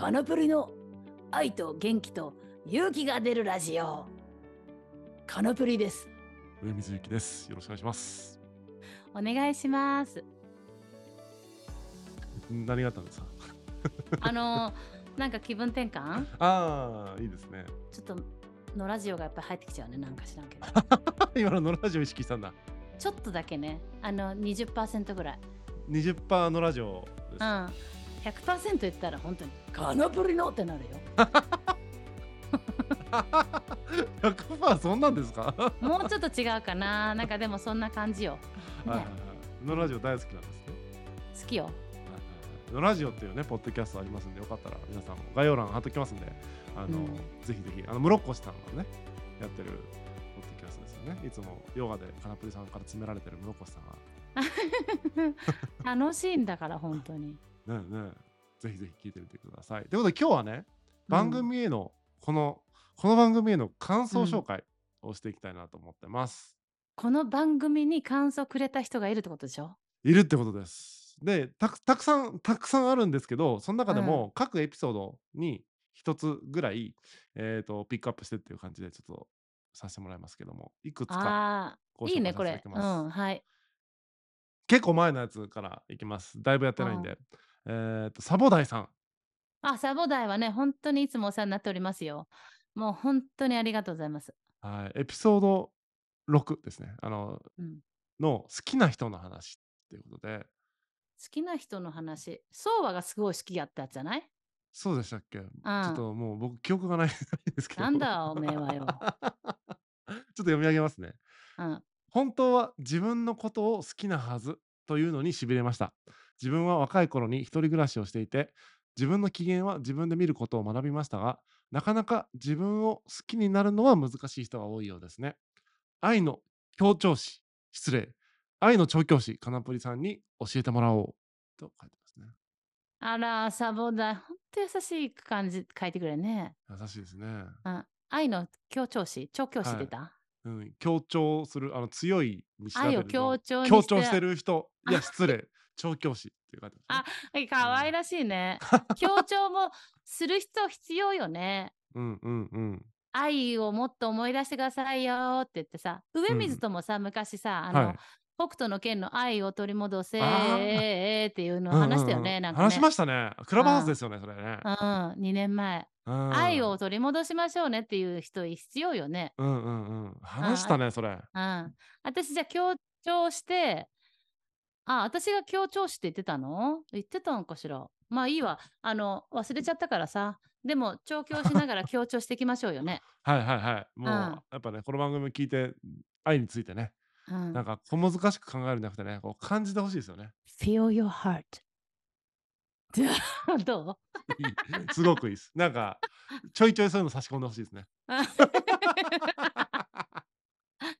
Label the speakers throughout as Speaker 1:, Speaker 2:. Speaker 1: ワノプリの愛と元気と勇気が出るラジオ。カノプリです。
Speaker 2: 上水幸です。よろしくお願いします。
Speaker 1: お願いし ます。
Speaker 2: 何があったんですか
Speaker 1: あの、なんか気分転換
Speaker 2: ああ、いいですね。
Speaker 1: ちょっとのラジオがやっぱり入ってきちゃうね。なんか知らん けど。
Speaker 2: 今ののラジオ意識したんだ。
Speaker 1: ちょっとだけね。あの、20%ぐらい。
Speaker 2: 20%のラジオで
Speaker 1: う
Speaker 2: す。
Speaker 1: ん。100%言ったら本当にカノプリのってなるよ。
Speaker 2: 100%そんなんですか、は
Speaker 1: もうちょっと違うかな。なんかでもそんな感じよ。
Speaker 2: いはいは
Speaker 1: ね
Speaker 2: い、のラジオ大好きなんですね。
Speaker 1: 好きよ。
Speaker 2: はいはいはいのラジオっていうね、ポッドキャストありますんで、よかったら皆さんも概要欄貼っときますんで、あの、
Speaker 1: うん
Speaker 2: ぜひぜひ、あの、室越さんがね、やってるポッドキャストですよね。いつもヨガでカナプリさんから詰められてる室越さんが
Speaker 1: 楽しいんだから本当に。
Speaker 2: ねえねえぜひぜひ聞いてみてください。ということで今日はね番組へのこの、この番組への感想紹介をしていきたいなと思ってます。
Speaker 1: この番組に感想くれた人がいるってことでしょ
Speaker 2: いるってことです。でたくたくさんたくさんあるんですけどその中でも各エピソードに一つぐらい、えー、とピックアップしてっていう感じでちょっとさせてもらいますけどもいくつか
Speaker 1: ああ
Speaker 2: ご
Speaker 1: ー、い
Speaker 2: 紹
Speaker 1: い
Speaker 2: 介
Speaker 1: ね、
Speaker 2: さ
Speaker 1: こ
Speaker 2: せて
Speaker 1: れ。
Speaker 2: いただき
Speaker 1: う
Speaker 2: ます
Speaker 1: ん、はい。
Speaker 2: 結構前のやつからいきますだいぶやってないんで、えー、とサボダイさん
Speaker 1: あ、サボダイはね、本当にいつもお世話になっておりますよ。もう本当にありがとうございます。
Speaker 2: はい、エピソード6ですね。あの、
Speaker 1: うん
Speaker 2: の好きな人の話っていうことで、
Speaker 1: 好きな人の話、ソーワがすごい好きやったやつじゃない
Speaker 2: そうでしたっけち
Speaker 1: うん
Speaker 2: ょっともう僕、記憶がない ないですけど。
Speaker 1: なんだおめえはよ
Speaker 2: ちょっと読み上げますね。
Speaker 1: うん。
Speaker 2: 本当は自分のことを好きなはずというのにしびれました。自分は若い頃に一人暮らしをしていて、自分の機嫌は自分で見ることを学びましたが、なかなか自分を好きになるのは難しい人が多いようですね。愛の強調師、失礼。愛の調教師、かなぷりさんに教えてもらおう。と書いて
Speaker 1: あら、サボダイ、本当優しい感じ、書いてくれるね。
Speaker 2: ますね。優しいですね。
Speaker 1: うん。愛の強調師、調教師
Speaker 2: はい
Speaker 1: 出た、
Speaker 2: うん、強調する、あの強いに調べ
Speaker 1: 愛を
Speaker 2: るの
Speaker 1: 強調に
Speaker 2: 強調して
Speaker 1: る。
Speaker 2: る人。いや、失礼。調教師っていう書いてますね
Speaker 1: あはい可愛らしい ね。強調もする人必要よね。
Speaker 2: うんうんうん。
Speaker 1: 愛をもっと思い出してくださいよーって言ってさ、上水ともさ、昔さ、あの、
Speaker 2: はい
Speaker 1: 北斗の剣の愛を取り戻せ
Speaker 2: あー
Speaker 1: ーっていうのを話したよね、
Speaker 2: うんうんうん
Speaker 1: なんか、ね。
Speaker 2: 話しましたね。クラブハウスですよね、それね。
Speaker 1: うん、2年前、
Speaker 2: うん
Speaker 1: 愛を。取り戻しましょうねっていう人必要よね。
Speaker 2: うんうんうん。話したね、それ。
Speaker 1: うん。私じゃあ強調して、あ、私が強調して言ってたの言ってたのかしら。まあいいわ。あの、忘れちゃったからさ。でも、調教しながら強調していきましょうよね。
Speaker 2: はいはいはい。もう、
Speaker 1: うん
Speaker 2: やっぱね、この番組聞いて、愛についてね、
Speaker 1: うん
Speaker 2: なん。か小難しく考えるんじゃなくてね、こう感じてほしいですよね。
Speaker 1: Feel your heart. ど う
Speaker 2: いいすごくいいです。なんか、ちょいちょいそういうの差し込んでほしいですね。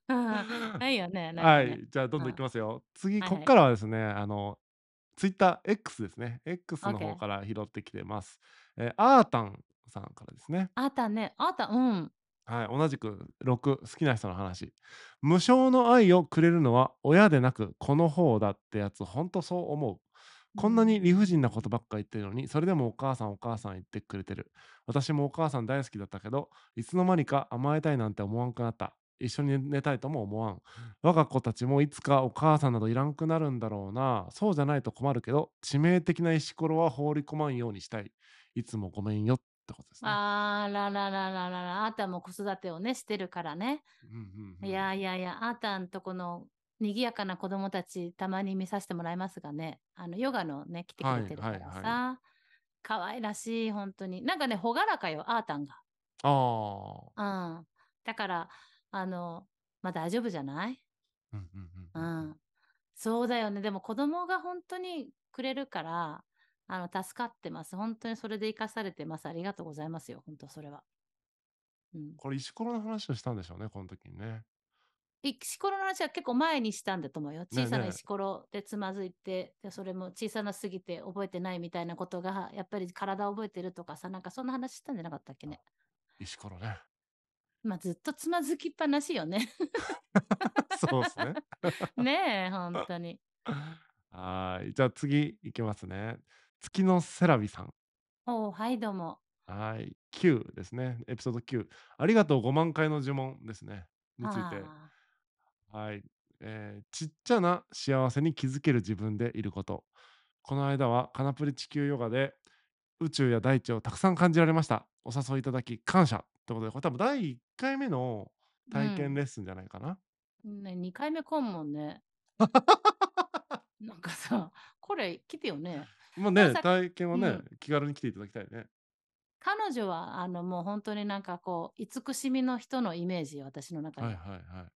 Speaker 1: ないよね。な
Speaker 2: はい
Speaker 1: よね
Speaker 2: い。じゃあ、どんどんいきますよ。次、
Speaker 1: はい
Speaker 2: こ
Speaker 1: はい
Speaker 2: っからはですね、あの、ツイッター X ですね。X の方
Speaker 1: OK
Speaker 2: から拾ってきてます。えーアータンさんからですね。
Speaker 1: あったね。あった。うん。
Speaker 2: はい、同じく6好きな人の話無償の愛をくれるのは親でなく子の方だってやつほんとそう思うこんなに理不尽なことばっか言ってるのにそれでもお母さんお母さん言ってくれてる私もお母さん大好きだったけどいつの間にか甘えたいなんて思わんくなった一緒に寝たいとも思わん我が子たちもいつかお母さんなどいらんくなるんだろうなそうじゃないと困るけど致命的な石ころは放り込まんようにしたいいつもごめんよってことですね、
Speaker 1: あらららららら、あーたも子育てをね、してるからね。
Speaker 2: うんうんうん
Speaker 1: いやいやいや、あーたんとこの賑やかな子供たち、たまに見させてもらいますがね、あのヨガのね、来てくれてるか
Speaker 2: はい
Speaker 1: ら
Speaker 2: はいはい
Speaker 1: さ、可愛らしい、本当に。なんかね、朗らかよ、あーたんが。
Speaker 2: ああ
Speaker 1: うん。だから、あの、まあ大丈夫じゃない
Speaker 2: うんうんう
Speaker 1: うん
Speaker 2: うんうん
Speaker 1: ん。そうだよね。でも子供が本当にくれるから、あの、助かってます。本当にそれで生かされてます。ありがとうございますよ。本当それは。うん。
Speaker 2: これ石ころの話をしたんでしょうね、この時にね。
Speaker 1: 石ころの話は結構前にしたんだと思うよ。
Speaker 2: ね
Speaker 1: 小さな
Speaker 2: ね
Speaker 1: 石ころでつまずいて、でそれも小さなすぎて覚えてないみたいなことが、やっぱり体覚えてるとかさ、なんかそんな話したんじゃなかったっけね。
Speaker 2: 石ころね。
Speaker 1: まあずっとつまずきっぱなしよね。
Speaker 2: そうですね。
Speaker 1: ねえ、本当に。
Speaker 2: はーい。じゃあ次いきますね。月のセラビさん。
Speaker 1: おーはい、どうも。
Speaker 2: はい。9ですね。エピソード9。ありがとう5万回の呪文ですね。について。
Speaker 1: あ
Speaker 2: はい、えーちっちゃな幸せに気づける自分でいること。この間はカナプリ地球ヨガで宇宙や大地をたくさん感じられました。お誘いいただき感謝ってことで、これ多分第1回目の
Speaker 1: ー
Speaker 2: 体験レッスンじゃないかな。
Speaker 1: うんね、2回目来んもん ね。なんかさ、これ来てよね。
Speaker 2: まあね、
Speaker 1: まさ
Speaker 2: 体験はね、
Speaker 1: うん
Speaker 2: 気軽に来ていただきたいね。
Speaker 1: 彼女は、あの、もう本当になんかこう、慈しみの人のイメージ、私の中で。
Speaker 2: はいはいはい。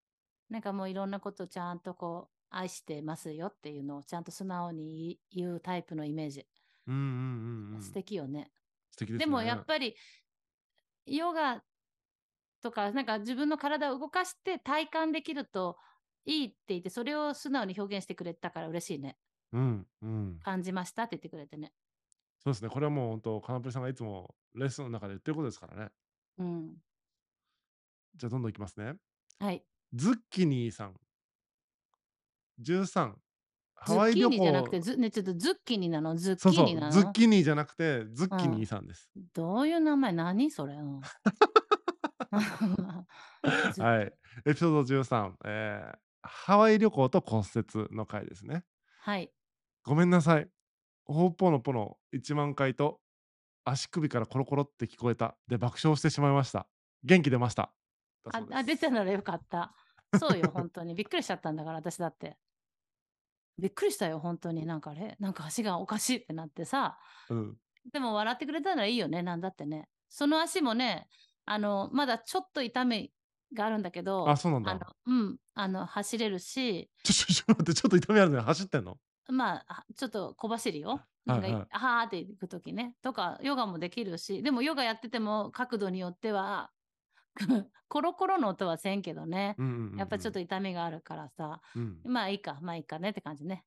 Speaker 1: なんかもういろんなことちゃんとこう、愛してますよっていうのをちゃんと素直に言い言うタイプのイメージ。
Speaker 2: うんうんうん、うん。
Speaker 1: 素
Speaker 2: 素敵
Speaker 1: 敵よね。
Speaker 2: ですね。
Speaker 1: でもやっぱり、ヨガとか、なんか自分の体を動かして体感できるといいって言って、それを素直に表現してくれたから嬉しいね。
Speaker 2: うんうん。
Speaker 1: 感じましたって言ってくれてね。
Speaker 2: そうですね。これはもう本当、カナプリさんがいつもレッスンの中で言ってることですからね。
Speaker 1: うん。
Speaker 2: じゃあどんどんいきますね。
Speaker 1: はい。
Speaker 2: ズッキニーさん。13。ハ
Speaker 1: ズ
Speaker 2: ワ
Speaker 1: ッ
Speaker 2: イ
Speaker 1: キ
Speaker 2: 旅
Speaker 1: ー
Speaker 2: 行
Speaker 1: ニじゃなくて、ずね、ちょっとズッキーニなのズッキ
Speaker 2: そう
Speaker 1: ー
Speaker 2: そう
Speaker 1: ニなの
Speaker 2: ズッキニーじゃなくてズッキニーさんです。
Speaker 1: どういう名前何それ、うん ズッ
Speaker 2: はい。エピソード13、えーハワイ旅行と骨折の回ですね。
Speaker 1: はい。
Speaker 2: ごめんなさい。ほうぽのぽの1万回と足首からコロコロって聞こえたで爆笑してしまいました。元気出ました。だ
Speaker 1: あ
Speaker 2: そうです
Speaker 1: あ、出てならよかった。そうよ、本当に。びっくりしちゃったんだから、私だって。びっくりしたよ、本当に。なんかあれなんか足がおかしいってなってさ。
Speaker 2: うん。
Speaker 1: でも笑ってくれたならいいよね、なんだってね。その足もね、あの、まだちょっと痛みがあるんだけど、
Speaker 2: あ、そうなん
Speaker 1: あ
Speaker 2: だ
Speaker 1: の。、うん、あの、走れるし、
Speaker 2: ちょちょちょ待ってちょっと痛みあるね。走ってんの？
Speaker 1: まあ、あちょっと小走りよ。なんかい、
Speaker 2: はいはい
Speaker 1: はーって行くときね。とか、ヨガもできるし、でもヨガやってても角度によっては、 コロコロの音はせんけどね。
Speaker 2: うんうんうんうん
Speaker 1: やっぱちょっと、痛みがあるからさ、
Speaker 2: うん、
Speaker 1: まあいいか、まあいいかねって感じね。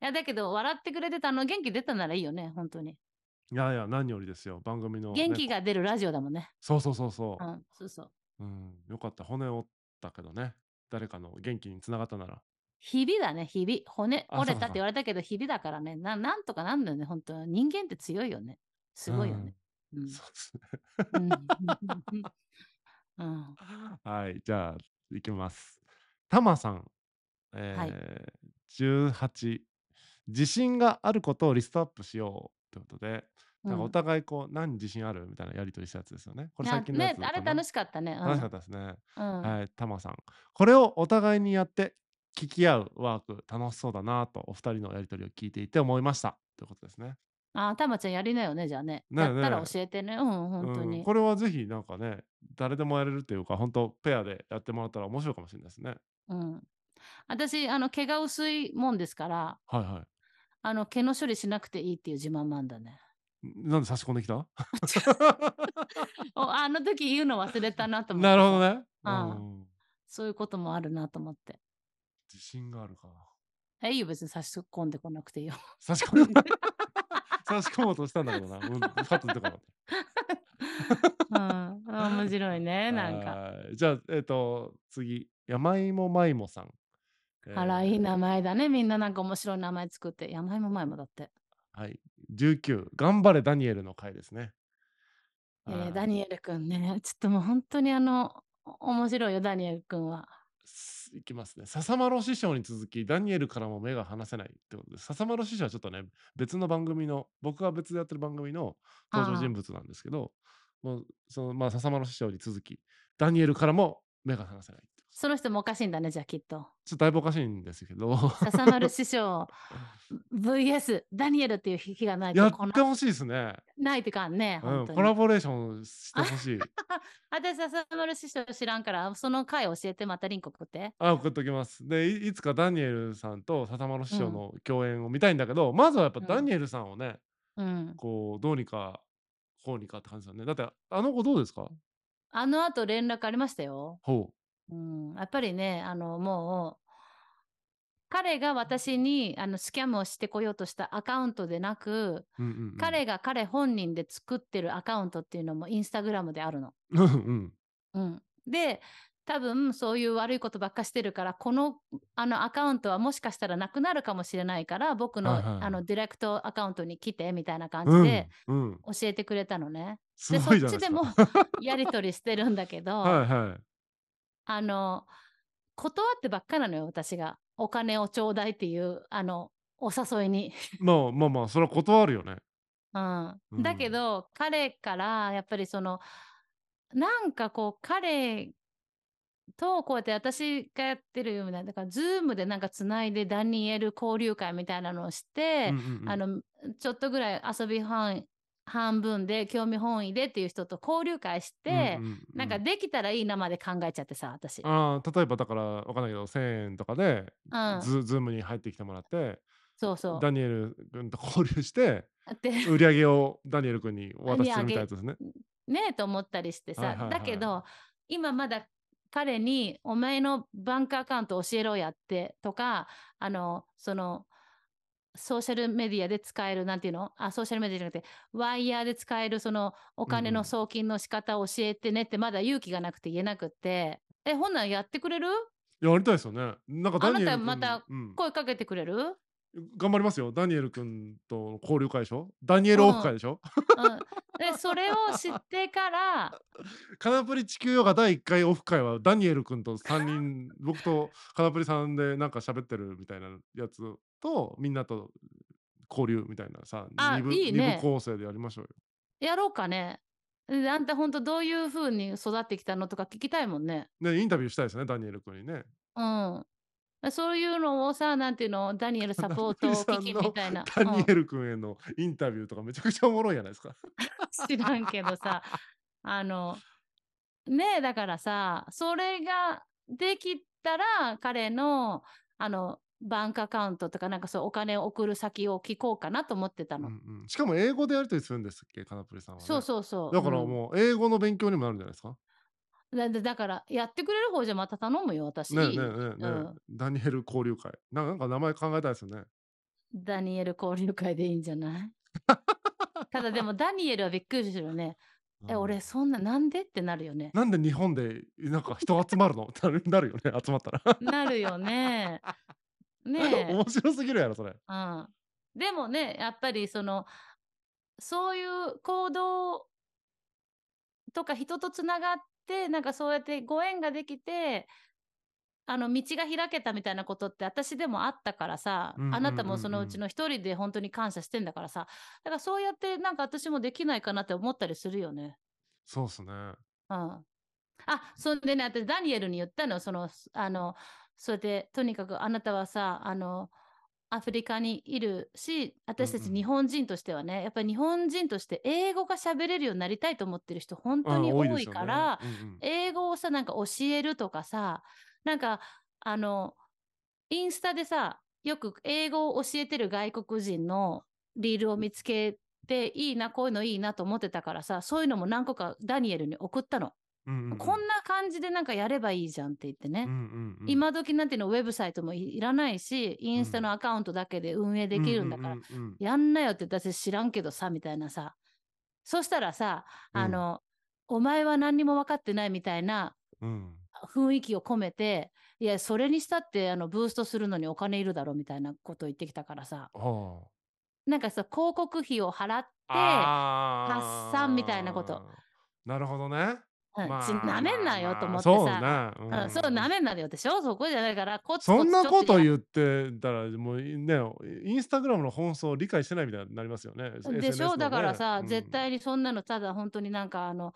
Speaker 1: いや、だけど、笑ってくれてたの、元気出たならいいよね、本当に。
Speaker 2: いやいや何よりですよ番組の、ね、
Speaker 1: 元気が出るラジオだもんね。
Speaker 2: そうそうそうそう
Speaker 1: う、ん、そうそう。
Speaker 2: うん、よかった骨折ったけどね誰かの元気につながったなら
Speaker 1: 日々だね、日々。骨
Speaker 2: あ
Speaker 1: 折れ
Speaker 2: そう
Speaker 1: た
Speaker 2: か
Speaker 1: って言われたけど、日々だからね、ななんとかなんだよね、本当人間って強いよね。すごいよね。うん
Speaker 2: うんそうですね
Speaker 1: うんうん
Speaker 2: はいじゃあ行きますタマさん、えー
Speaker 1: はい
Speaker 2: 18自信があることをリストアップしようってことでなんかお
Speaker 1: う
Speaker 2: 互いこう何自信あるみたいなやり取りしたやつですよねこ
Speaker 1: ん
Speaker 2: れ最近のや
Speaker 1: ね
Speaker 2: つ、
Speaker 1: あれ楽しかったね。うん
Speaker 2: 楽しかったですね、
Speaker 1: うん
Speaker 2: はいタマさんこれをお互いにやって聞き合うワーク楽しそうだなとお二人のやり取りを聞いていて思いましたということですね
Speaker 1: あ、たまちゃんやりなよね、じゃあね。
Speaker 2: ね
Speaker 1: や
Speaker 2: え
Speaker 1: った
Speaker 2: ね
Speaker 1: ら
Speaker 2: え
Speaker 1: 教えてね。うん、本当
Speaker 2: うん
Speaker 1: に
Speaker 2: こ。れはぜひなんかね誰でもやれるっていうか本当ペアでやってもらったら面白いかもしれないですね
Speaker 1: うん。私、あの、毛が薄いもんですから、
Speaker 2: はいは
Speaker 1: あの、毛の処理しなくていいっていう自慢なんだね。
Speaker 2: いんなんで差し込んできた
Speaker 1: おあの時言うの忘れたなと思って。
Speaker 2: なるほどね、
Speaker 1: ああ
Speaker 2: うん
Speaker 1: そういうこともあるなと思って。
Speaker 2: 自信があるか
Speaker 1: え、いいよ、別に差し込んでこなく ていいよ。
Speaker 2: 差し込む差し込もうとしたんだけどな、うん、カット出てこなかっ
Speaker 1: うん。あ面白い
Speaker 2: た
Speaker 1: ね、なんか。
Speaker 2: はいじゃあえっ、と次山芋まいもさん
Speaker 1: あら、いい
Speaker 2: な
Speaker 1: 名前だね。みんななんか面白い名前作って。山芋前もだって。
Speaker 2: はい。19、頑張れダニエルの回ですね。
Speaker 1: えー
Speaker 2: はい
Speaker 1: ダニエルくんね。ちょっともう本当にあの、お面白いよ、ダニエルくんは。
Speaker 2: すいきますね。笹丸師匠に続き、ダニエルからも目が離せないってことで、笹丸師匠はちょっとね、別の番組の、僕が別でやってる番組の登場
Speaker 1: ああ
Speaker 2: 人物なんですけど、もう、その、まあ、笹丸師匠に続き、ダニエルからも目が離せないってことです
Speaker 1: その人もおかしいんだね、じゃあきっと。
Speaker 2: ちょっとだいぶおかしいんですけど、
Speaker 1: 笹丸師匠 VS ダニエルっていう日がないと
Speaker 2: やっ
Speaker 1: こ
Speaker 2: て
Speaker 1: な
Speaker 2: ほしいですね。
Speaker 1: ないってかんね、
Speaker 2: うん、
Speaker 1: 本当
Speaker 2: コラ
Speaker 1: に。
Speaker 2: ボレーションしてほしい。
Speaker 1: 私笹丸師匠知らんからその回教えてまたリンク送って。
Speaker 2: あ、送っときます。で、いいつかダニエルさんと笹丸師
Speaker 1: う
Speaker 2: 匠
Speaker 1: ん
Speaker 2: の共演を見たいんだけど、まずはやっぱ
Speaker 1: うん
Speaker 2: ダニエルさんをね、
Speaker 1: うん、
Speaker 2: こう、どうにか、こうにかって感じだね。だって、あの子どうですか
Speaker 1: あの後連絡ありましたよ。
Speaker 2: ほ
Speaker 1: うん、やっぱりねあのもう彼が私にあのスキャムをしてこようとしたアカウントでなく、
Speaker 2: う。うんうんうん、
Speaker 1: 彼が彼本人で 作ってるアカウントっていうのもインスタグラムであるの。
Speaker 2: うんうん。
Speaker 1: うん、で多分そういう悪いことばっかしてるから、このあのアカウントはもしかしたらなくなるかもしれないから、僕の,、
Speaker 2: はいはいはい
Speaker 1: あのディレクトアカウントに来てみたいな感
Speaker 2: う
Speaker 1: じ
Speaker 2: ん
Speaker 1: で
Speaker 2: うん
Speaker 1: 教えてくれたのね。
Speaker 2: す
Speaker 1: そっ
Speaker 2: ごいじゃな
Speaker 1: ち
Speaker 2: いで
Speaker 1: ですも
Speaker 2: か
Speaker 1: やり取りしてるんだけど、
Speaker 2: はいはい
Speaker 1: あの断ってばっかなのよ、私が。お金をちょうだいっていうあのお誘いに。
Speaker 2: まあまあまあそれは断るよね
Speaker 1: うん
Speaker 2: うん
Speaker 1: だけど彼からやっぱりそのなんかこう彼とこうやって私がやってるようなだからズームでなんかつないでダニエル交流会みたいなのをして
Speaker 2: うん、うんうん
Speaker 1: あのちょっとぐらい遊び半半分で興味本位でっていう人と交流会して、
Speaker 2: うんうんう
Speaker 1: なんかできたらいいなまで考えちゃってさ私。
Speaker 2: あー例えばだからわかんないけど1000円とかで
Speaker 1: うん、
Speaker 2: ズ,、ズームに入ってきてもらって
Speaker 1: そうそう。
Speaker 2: ダニエル君と交流して
Speaker 1: で
Speaker 2: 売り上げをダニエル君にお渡しするみたいなやつですね。
Speaker 1: ねえと思ったりしてさ、
Speaker 2: はいはいはい
Speaker 1: だけど今まだ彼に「お前のバンクアカウント教えろやって」とかあのそのソーシャルメディアで使えるなんていうのあソーシャルメディアじゃなくてワイヤーで使えるそのお金
Speaker 2: うんう
Speaker 1: の
Speaker 2: ん
Speaker 1: 送金の仕方を教えてねってまだ勇気がなくて言えなくって、えほんなんやってくれる
Speaker 2: やりたいですよね。なんかダニエル
Speaker 1: あ
Speaker 2: 君
Speaker 1: なたまた
Speaker 2: うん
Speaker 1: 声かけてくれる、うん、
Speaker 2: 頑張りますよ。ダニエル君と交流会でしょダニエルオフ会でしょ、
Speaker 1: でそれを知ってから
Speaker 2: カナプリ地球ヨガ第1回オフ会はダニエル君と3人僕とカナプリさんでなんか喋ってるみたいなやつとみんなと交流みたいなさ
Speaker 1: あ
Speaker 2: 二部
Speaker 1: いいね
Speaker 2: 二部構成でやりましょうよ。
Speaker 1: やろうかね。であんた本当どういう風に育ってきたのとか聞きたいもんね。
Speaker 2: ねインタビューしたいですねダニエル君にね。
Speaker 1: うん。そういうのをさ、なんていうの、ダニエルサポート
Speaker 2: さんの
Speaker 1: 基金みたいな。
Speaker 2: ダニ
Speaker 1: う
Speaker 2: エル君へのインタビューとかめちゃくちゃおもろいじゃないですか。
Speaker 1: ん知らんけどさ、あの、ねえ、だからさ、それができたら、彼の、あの、バンクアカウントとか、なんかそう、お金を送る先を聞こうかなと思ってた
Speaker 2: うん
Speaker 1: の。
Speaker 2: うんしかも英語でやり取りするんですっけカナプリさんは、ね。
Speaker 1: そうそうそう。
Speaker 2: だから
Speaker 1: うん
Speaker 2: もう英語の勉強にもなるんじゃないですか。
Speaker 1: だだだから、やってくれる方じゃまた頼むよ、私。
Speaker 2: ねえねえねえねえ、
Speaker 1: うん
Speaker 2: ダニエル交流会な。なんか名前考えたいですよね。
Speaker 1: ダニエル交流会でいいんじゃない ただでもダニエルはびっくりするよね。え、
Speaker 2: うん
Speaker 1: 俺そんななんでってなるよね。
Speaker 2: なんで日本でなんか人集まるの ってなるよね集まったら。
Speaker 1: なるよね。ねえ。
Speaker 2: 面白すぎるやろそれ。
Speaker 1: うん。でもね、やっぱりその、そういう行動とか人とつながって、なんかそうやってご縁ができて、あの道が開けたみたいなことって私でもあったからさ、
Speaker 2: うんうんうんうん
Speaker 1: あなたもそのうちの一人で本当に感謝してんだからさ、だからそうやってなんか私もできないかなって思ったりするよね。
Speaker 2: そうっすね。
Speaker 1: うん。あ、そんでね、私、ダニエルに言ったの、その、すあの、それで、とにかくあなたはさ、あの、アフリカにいるし、私た
Speaker 2: うんう
Speaker 1: ち
Speaker 2: ん
Speaker 1: 日本人としてはね、やっぱり日本人として英語が喋れるようになりたいと思ってる人、本当に
Speaker 2: うん
Speaker 1: 多
Speaker 2: です
Speaker 1: い
Speaker 2: よね
Speaker 1: から、
Speaker 2: うんうん
Speaker 1: 英語をさ、なんか教えるとかさ、なんか、あの、インスタでさ、よく英語を教えてる外国人のリールを見つけて、いいな、こういうのいいなと思ってたからさ、そういうのも何個かダニエルに送ったの。
Speaker 2: うんうんうん
Speaker 1: こんな感じでなんかやればいいじゃんって言ってね。
Speaker 2: うんうん
Speaker 1: 今時なんていうのウェブサイトもいいらないし、インスタのアカウントだけで運営できるんだから、
Speaker 2: うううん
Speaker 1: やんなよって私知らんけどさ、みたいなさ。そしたらさ、
Speaker 2: うん
Speaker 1: あの、お前は何にも分かってないみたいな
Speaker 2: うんうん
Speaker 1: 雰囲気を込めて、いや、それにしたって、あの、ブーストするのにお金いるだろみたいなことを言ってきたからさ、
Speaker 2: は
Speaker 1: なんかさ、広告費を払って、
Speaker 2: あ
Speaker 1: 発散みたいなこと
Speaker 2: あー。なるほどね。
Speaker 1: うん
Speaker 2: まあ
Speaker 1: ちなめんなよと思ってさ、
Speaker 2: まあそうね。
Speaker 1: うん、そう、なめんなよでしょそこじゃないから、こっち
Speaker 2: そんな
Speaker 1: こっ
Speaker 2: こ
Speaker 1: ちちょっ
Speaker 2: と
Speaker 1: やっ
Speaker 2: 言ってたらもういねインスタグラムの本質を理解してないみたいになりますよね。
Speaker 1: でし
Speaker 2: SNS の
Speaker 1: ょ
Speaker 2: ね
Speaker 1: だからさ、
Speaker 2: うん
Speaker 1: 絶対にそんなのただ本当になんかあの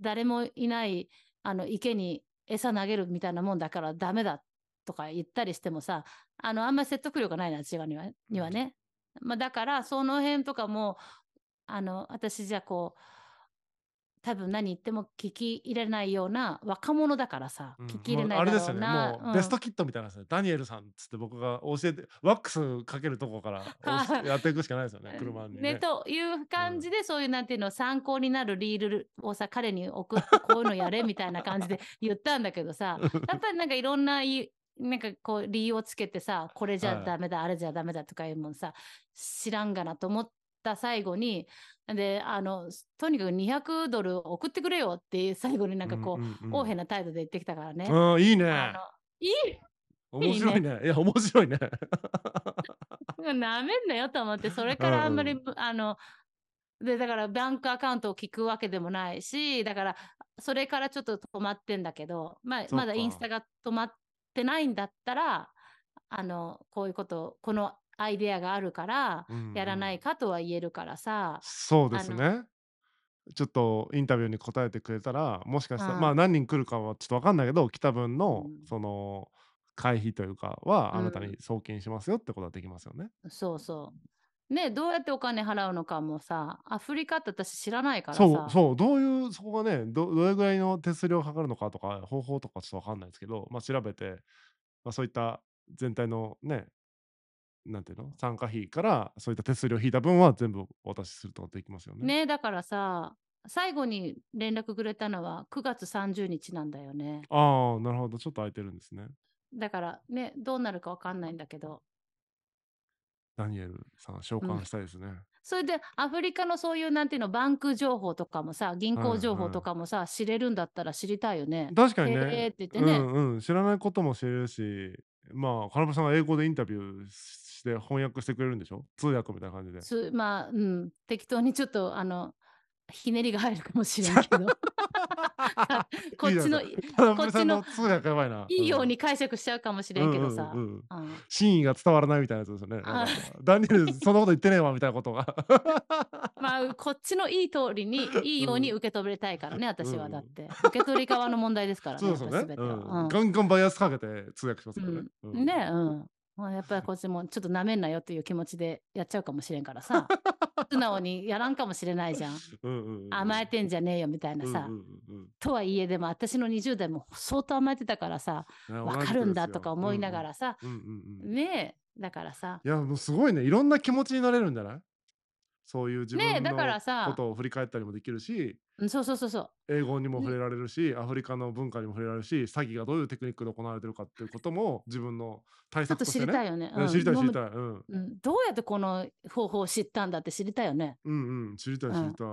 Speaker 1: 誰もいないあの池に餌投げるみたいなもんだからダメだとか言ったりしてもさあのあんまり説得力ないな違うにはにはね、まあ、だからその辺とかもあの私じゃこう多分何言っても聞き入れないような若者だからさ、
Speaker 2: うん
Speaker 1: 聞き入れ
Speaker 2: もう
Speaker 1: ない
Speaker 2: あれ
Speaker 1: だ
Speaker 2: です
Speaker 1: ろ
Speaker 2: よ
Speaker 1: う
Speaker 2: ね
Speaker 1: な、
Speaker 2: もう、ベストキットみたいなですねダニエルさんっつって僕が教えてワックスかけると こから押しやっていくしかないですよね車にね
Speaker 1: ね、という感じで、そういうなんていうの参考になるリールをさ彼に送ってこういうのやれみたいな感 じで言ったんだけど さやっぱりなんかいろんないいなんかこう理由をつけてさこれじ
Speaker 2: は
Speaker 1: ゃ
Speaker 2: い
Speaker 1: ダメだ、あれじゃダメだとかいうもんさ知らんがなと思っった最後に、で、あの、とにかく200ドル送ってくれよって最後になんかこう、
Speaker 2: う
Speaker 1: 横柄な態度で言ってきたからね。
Speaker 2: うんうんいい
Speaker 1: あ
Speaker 2: ね
Speaker 1: のいい
Speaker 2: 面白いねいや面白いね
Speaker 1: なめんなよと思って、それからあんまり、
Speaker 2: う
Speaker 1: あの、で、だからバンクアカウントを聞くわけでもないし、だから、それからちょっと止まってんだけど、まあ
Speaker 2: っ、か
Speaker 1: まだインスタが止まってないんだったら、あの、こういうこと、このアイデアがあるから、
Speaker 2: うんうん
Speaker 1: やらないかとは言えるからさ、
Speaker 2: そうです
Speaker 1: あ
Speaker 2: ねちょっとインタビューに答えてくれたらもしかしたら
Speaker 1: うん
Speaker 2: まあ何人来るかはちょっと分かんないけど来た分の
Speaker 1: うん
Speaker 2: その会費というかは
Speaker 1: うん
Speaker 2: あなたに送金しますよってことはできますよね。
Speaker 1: そうそう。ね、どうやってお金払うのかもさ、アフリカって私知らないからさ、
Speaker 2: そうそうどういうそこがねどどれぐらいの手数料かかるのかとか方法とかちょっと分かんないですけど、まあ、調べて、まあ、そういった全体のねなんていうの参加費からそういった手数料引いた分は全部お渡しするとかできますよね。
Speaker 1: ね、だからさ、最後に連絡くれたのは9月30日なんだよね。
Speaker 2: ああなるほどちょっと空いてるんですね。
Speaker 1: だからね、どうなるかわかんないんだけど。
Speaker 2: ダニエルさん召喚したいですね。
Speaker 1: それでアフリカのそういうなんていうのバンク情報とかもさ銀
Speaker 2: はいは
Speaker 1: 行
Speaker 2: い
Speaker 1: 情報とかもさ、知れるんだったら知りたいよね。
Speaker 2: 確かにね,、
Speaker 1: へーって言ってね
Speaker 2: うんうん、知らないことも知れるしまあ金子さんが英語でインタビューして翻訳してくれるんでしょ通訳みたいな感 じで。
Speaker 1: すまあうん適当にちょっとあのひねりが入るかもしれない けどこっちの
Speaker 2: いい
Speaker 1: い
Speaker 2: じゃない
Speaker 1: こっちの
Speaker 2: 田辺さんの通訳やばいな。
Speaker 1: いよう
Speaker 2: に
Speaker 1: に解釈しちゃうかもしれんけどさ。
Speaker 2: うんうんうん
Speaker 1: うん
Speaker 2: 真意が伝わらないみたいなやつですよね。
Speaker 1: あ
Speaker 2: なんかダニエル、そんなこと言ってねえわみたいなこ とが。
Speaker 1: まあこっちのいい通りにいいように
Speaker 2: う
Speaker 1: 受け止めたいからね私はだっ
Speaker 2: うん
Speaker 1: て、受け取り側の問題ですからね
Speaker 2: そうですよ
Speaker 1: や
Speaker 2: ね
Speaker 1: っぱ全、て
Speaker 2: う
Speaker 1: はうん
Speaker 2: ん。ガンガンバイアスかけて通訳しますからね。うん
Speaker 1: ねえ、うん。まあ、やっぱりこっちもちょっとなめんなよという気持ちでやっちゃうかもしれんから さ素直にやらんかもしれないじゃん
Speaker 2: うんうんうん
Speaker 1: 甘えてんじゃねえよみたいなさ、
Speaker 2: うんうんうん
Speaker 1: とはいえでも私の20代も相当甘えてたからさ
Speaker 2: うん
Speaker 1: わかるんだとか思いなが。らさ、
Speaker 2: 同じことですようんうんうんうん
Speaker 1: ねえだからさ
Speaker 2: いや、もうすごいね。いろんな気持ちになれるんじゃないそういう自
Speaker 1: ねえ
Speaker 2: 分
Speaker 1: だ
Speaker 2: の
Speaker 1: からさ
Speaker 2: ことを振り返ったりもできるし、
Speaker 1: うんそうそうそうそう
Speaker 2: 英語にも触れられるし、アフリカの文化にも触れられるし、詐欺がどういうテクニックで行われてるかっていうことも自分の対
Speaker 1: ちょっ
Speaker 2: 策
Speaker 1: と
Speaker 2: として
Speaker 1: 知
Speaker 2: ね。
Speaker 1: りたいよね
Speaker 2: ね
Speaker 1: うん
Speaker 2: 知りたい
Speaker 1: ど
Speaker 2: 知
Speaker 1: うも
Speaker 2: りたい。うん。
Speaker 1: うんどうやってこの方法を知ったんだって知りたいよね
Speaker 2: うんうん、知りたい知
Speaker 1: うん
Speaker 2: りたい。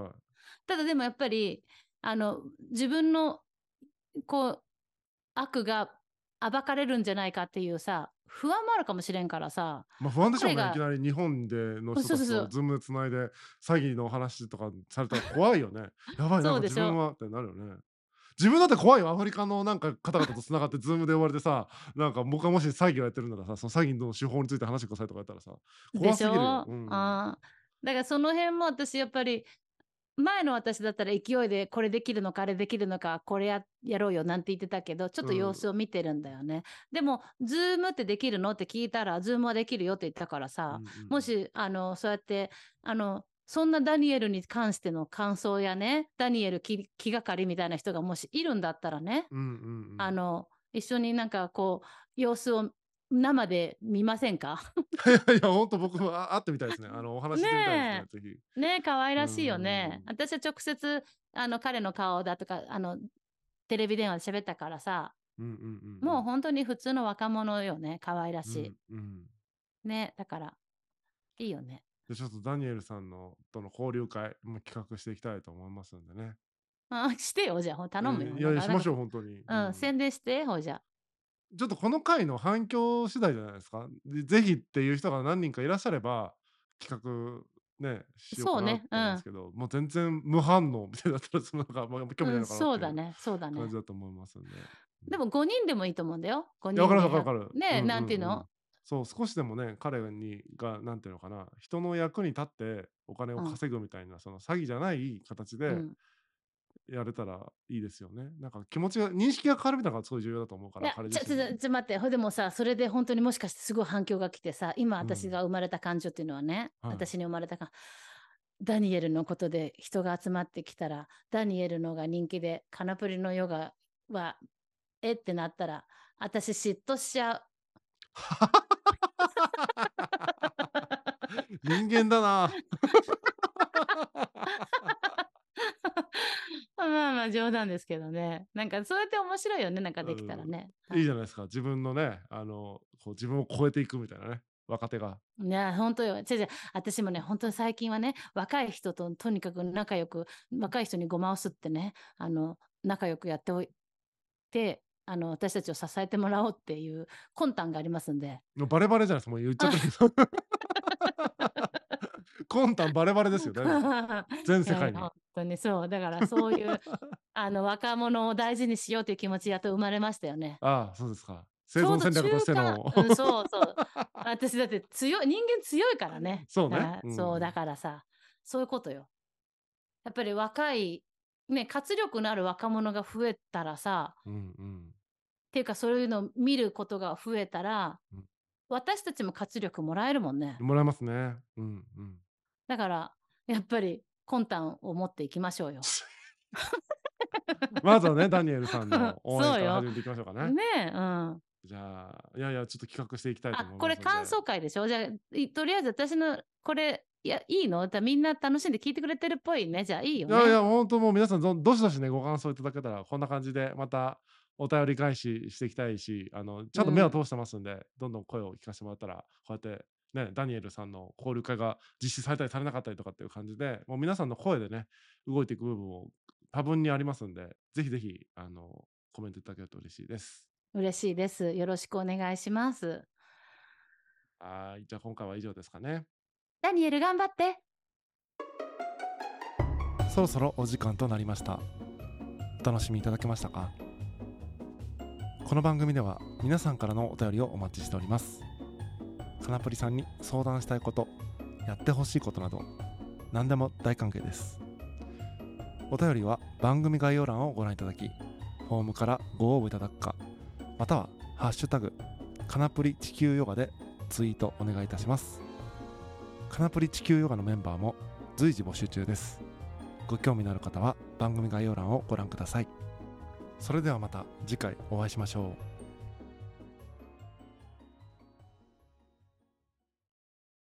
Speaker 1: ただでもやっぱりあの自分のこう悪が暴かれるんじゃないかっていうさ不安もあるかもしれんからさ
Speaker 2: まあ不安でしょ
Speaker 1: 彼
Speaker 2: うね。
Speaker 1: が
Speaker 2: いきなり日本での人
Speaker 1: そう
Speaker 2: た
Speaker 1: そう
Speaker 2: ち
Speaker 1: そう
Speaker 2: とズームでつないで詐欺の話とかされたら怖いよ ね。やばい、なん
Speaker 1: そう
Speaker 2: か
Speaker 1: で
Speaker 2: 自
Speaker 1: しょ
Speaker 2: 分はってなるよね。自分だって怖いよ。アフリカのなんか方々と繋がってズームで呼ばれてさ、なんか僕がもし詐欺をやってるんだらさ、その詐欺の手法について話してくださいとかやったらさ、
Speaker 1: で
Speaker 2: 怖
Speaker 1: し
Speaker 2: すぎる
Speaker 1: ょ、。
Speaker 2: ようん
Speaker 1: あーだからその辺も私やっぱり前の私だったら勢いでこれできるのかあれできるのかこれややろうよなんて言ってたけどちょっと
Speaker 2: うん
Speaker 1: 様子を見てるんだよね、でもズームってできるのって聞いたらズームはできるよって言ったからさ、
Speaker 2: うんうん
Speaker 1: もし、あの、そうやって、あの、そんなダニエルに関しての感想やね、ダニエル気気がかりみたいな人がもしいるんだったらね、
Speaker 2: うんうんうん、
Speaker 1: あの、一緒になんかこう、様子を生で見ませんか
Speaker 2: いやいや、本当僕は会ってみたいですね。あのお話してみたいですね。ぜひ。
Speaker 1: ねえ、可愛らしいよね。
Speaker 2: う
Speaker 1: 私は直接、あの、彼の顔だとか、あの、テレビ電話で喋ったからさ、
Speaker 2: うんうんうんん、
Speaker 1: もう本当に普通の若者よね、可愛らしい。
Speaker 2: うんうん
Speaker 1: ねだから、いいよね。
Speaker 2: でちょっとダニエルさんのとの交流会も企画していきたいと思いますんでね。
Speaker 1: あしてよ、じゃあ、頼むよ。
Speaker 2: うんいやい
Speaker 1: な
Speaker 2: や、
Speaker 1: ん
Speaker 2: し
Speaker 1: か
Speaker 2: ましょう、本当に。
Speaker 1: なんか
Speaker 2: う
Speaker 1: うんん、宣伝して、ほいじゃあ。
Speaker 2: ちょっとこの回の反響次第じゃないですか。でぜひっていう人が何人かいらっしゃれば、企画ね、しようかな
Speaker 1: そうね
Speaker 2: と思うんですけど、もう全然無反応みたいだったら、そのなんか、まあ、興味ないのかなってい
Speaker 1: そうだね、そうだね
Speaker 2: 感。じだと思いますんで。
Speaker 1: でも5人でもいいと思うんだよ。5
Speaker 2: い
Speaker 1: 人
Speaker 2: や
Speaker 1: で。
Speaker 2: わかるわかるわかる。
Speaker 1: ね、
Speaker 2: うう
Speaker 1: なんていうの、
Speaker 2: そう、少しでもね、彼にが、なんていうのかな、人の役に立ってお金を
Speaker 1: うん
Speaker 2: 稼ぐみたいな、その詐欺じゃない形で、
Speaker 1: うん
Speaker 2: やれたらいいですよね。なんか気持ちが認識が変わるみたいなのがすごい重要だと思うか
Speaker 1: い
Speaker 2: ら。
Speaker 1: や
Speaker 2: 彼
Speaker 1: ちょ
Speaker 2: 自
Speaker 1: ち
Speaker 2: 身
Speaker 1: ょ
Speaker 2: の
Speaker 1: ちょちょ待ってほいでもさそれで本当にもしかしてすごい反響が来てさ今
Speaker 2: うん
Speaker 1: 私が生まれた感情っていうのはね、
Speaker 2: はい
Speaker 1: 私に生まれた感ダニエルのことで人が集まってきたらダニエルのが人気でカナプリのヨガはえってなったら私嫉妬しちゃう
Speaker 2: 人間 だな。
Speaker 1: まあまあ冗談ですけどねなんかそうやって面白いよねなんかできたらね、
Speaker 2: いいじゃないですか。自分のね、あの、こう自分を超えていくみたいなね。若手が。
Speaker 1: いや、本当よ。違う違う私もね、本当に最近はね、若い人ととにかく仲良く、若い人にごまをすってね、あの、仲良くやっておいて、あの、私たちを支えてもらおうっていう魂胆がありますんで。
Speaker 2: もうバレバレじゃないですか、もう言っちゃってる けど。魂胆バレバレですよ、大 丈夫です全世界
Speaker 1: いやいや
Speaker 2: に。
Speaker 1: 本当にそう。だからそういう、あの、若者を大事にしようという気持ちやっと生まれましたよね。
Speaker 2: ああ、そうですか。生
Speaker 1: ちょう
Speaker 2: 存
Speaker 1: ど
Speaker 2: 戦略としての。
Speaker 1: 中間うん、そうそう。私だって強い、人間強いからね。
Speaker 2: そうね
Speaker 1: だから
Speaker 2: うん
Speaker 1: そう、だからさ、そういうことよ。やっぱり若い、ね、活力のある若者が増えたらさ、
Speaker 2: うんうん。
Speaker 1: っていうかそういうのを見ることが増えたら、
Speaker 2: うん
Speaker 1: 私たちも活力もらえるもんね。
Speaker 2: もらえますね。うんうん。
Speaker 1: だから、やっぱり魂胆を持っていきましょうよ。
Speaker 2: まずはね、ダニエルさんの応援か
Speaker 1: そうよ
Speaker 2: ら始めていきましょうかね。
Speaker 1: ねえ、うん。
Speaker 2: じゃあ、いやいや、ちょっと企画していきたいと
Speaker 1: あ
Speaker 2: 思います。
Speaker 1: これ感想。会でしょじゃあいとりあえず私のこれいやいいのだからみんな楽しんで聞いてくれてるっぽいねじゃあいいよ
Speaker 2: い
Speaker 1: ね。
Speaker 2: やいや、本当もう皆さんど、どしどしね、ご感想いただけたら、こんな感じで、またお便り返ししていきたいし、あの、ちゃんと目
Speaker 1: う
Speaker 2: を
Speaker 1: ん
Speaker 2: 通してますんで、どんどん声を聞かせてもらったら、こうやって、ね、ダニエルさんの交流会が実施されたりされなかったりとかっていう感じで、もう皆さんの声でね、動いていく部分も多分にありますんで、ぜひぜひ、あの、コメントいただけると嬉しいです。
Speaker 1: 嬉しいです。よろしくお願いします。
Speaker 2: はい、じゃあ今回は以上ですかね。
Speaker 1: ダニエル頑張って
Speaker 2: そろそろお時間となりましたお楽しみいただけましたかこの番組では皆さんからのお便りをお待ちしておりますかなぷりさんに相談したいことやってほしいことなど何でも大歓迎ですお便りは番組概要欄をご覧いただきフォームからご応募いただくかまたは「ハッシュタグかなぷり地球ヨガ」でツイートお願いいたしますかなぷり地球ヨガのメンバーも随時募集中ですご興味のある方は番組概要欄をご覧ください。それではまた次回お会いしましょう。